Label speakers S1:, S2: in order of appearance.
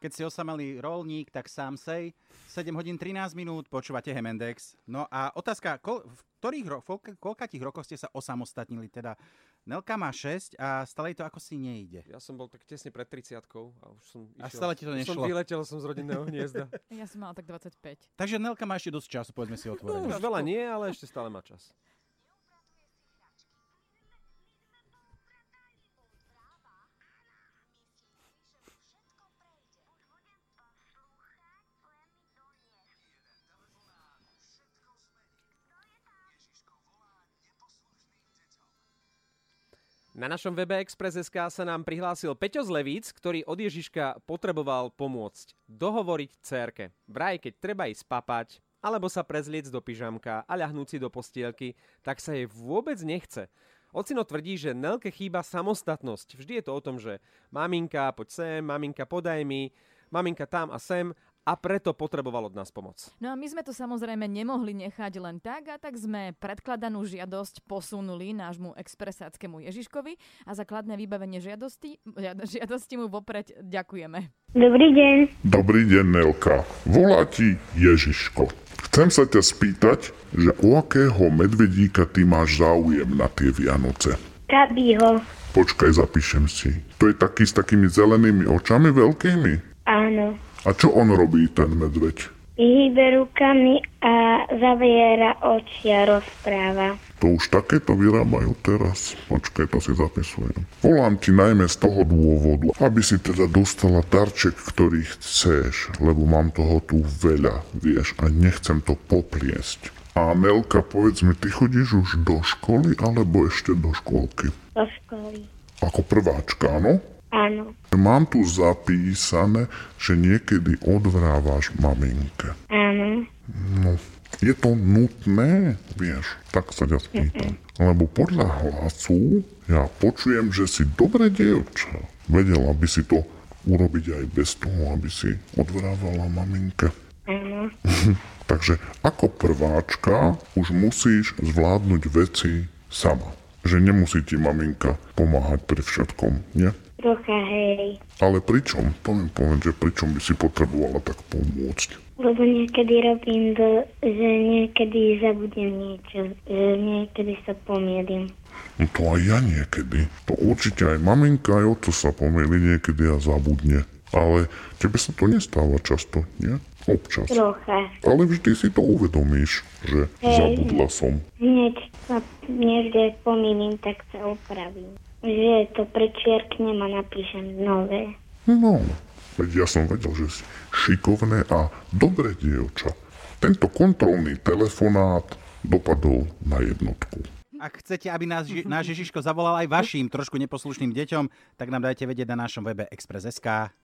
S1: Keď si osamelý rolník, tak sám sej. 7 hodín 13 minút, počúvate Hemendex. No a otázka, kol, v ktorých ro, v koľkatých rokoch ste sa osamostatnili? Teda Nelka má 6 a stále jej to ako si nejde.
S2: Ja som bol tak tesne pred 30 a už som išiel.
S1: A stále ti to
S2: Už
S1: nešlo.
S2: Som vyletel som z rodinného hniezda.
S3: Ja som mala tak 25.
S1: Takže Nelka má ešte dosť času, povedzme si otvorene.
S2: No, Už veľa nie, ale ešte stále má čas. Na našom webe Express.sk sa nám prihlásil Peťo z Levíc, ktorý od Ježiška potreboval pomôcť dohovoriť cerke. Vraj, keď treba ísť papať, alebo sa prezliec do pyžamka a ľahnúť si do postielky, tak sa jej vôbec nechce. Ocino tvrdí, že Nelke chýba samostatnosť. Vždy je to o tom, že maminka, poď sem, maminka, podaj mi, maminka tam a sem a preto potreboval od nás pomoc.
S3: No a my sme to samozrejme nemohli nechať len tak a tak sme predkladanú žiadosť posunuli nášmu expresáckému Ježiškovi a za kladné vybavenie žiadosti, žiad- žiadosti mu vopred ďakujeme.
S4: Dobrý deň.
S5: Dobrý deň, Nelka. Volá ti Ježiško. Chcem sa ťa spýtať, že o akého medvedíka ty máš záujem na tie Vianoce?
S4: Čabího.
S5: Počkaj, zapíšem si. To je taký s takými zelenými očami veľkými.
S4: Áno.
S5: A čo on robí, ten medveď?
S4: Hýbe rukami a zaviera oči a rozpráva.
S5: To už takéto vyrábajú teraz. Počkaj, to si zapisujem. Volám ti najmä z toho dôvodu, aby si teda dostala darček, ktorý chceš, lebo mám toho tu veľa, vieš, a nechcem to popliesť. A Nelka, povedz mi, ty chodíš už do školy, alebo ešte do školky?
S4: Do školy.
S5: Ako prváčka, áno?
S4: Áno.
S5: Mám tu zapísané, že niekedy odvrávaš maminke.
S4: Áno.
S5: No, Je to nutné, vieš, tak sa ťa spýtam. Lebo podľa hlasu ja počujem, že si dobré dievča. Vedela by si to urobiť aj bez toho, aby si odvrávala maminke.
S4: Áno.
S5: Takže ako prváčka už musíš zvládnuť veci sama. Že nemusí ti maminka pomáhať pri všetkom, nie?
S4: Trocha hej.
S5: Ale pričom? To mi povedz, že pričom by si potrebovala tak pomôcť.
S4: Lebo niekedy robím, do, že niekedy zabudnem niečo. Že niekedy sa pomielim.
S5: No to aj ja niekedy. To určite aj maminka, aj oto sa pomýli niekedy a zabudne. Ale tebe sa to nestáva často, nie? Občas.
S4: Trocha.
S5: Ale vždy si to uvedomíš, že
S4: No. Hej.
S5: zabudla som.
S4: Hneď sa niekde pomýlim, tak sa opravím. Že to prečierknem a napíšem nové.
S5: No, veď ja som vedel, že si šikovné a dobré dievča. Tento kontrolný telefonát dopadol na jednotku.
S1: Ak chcete, aby nás, Ži- náš Ježiško zavolal aj vašim trošku neposlušným deťom, tak nám dajte vedieť na našom webe Express.sk.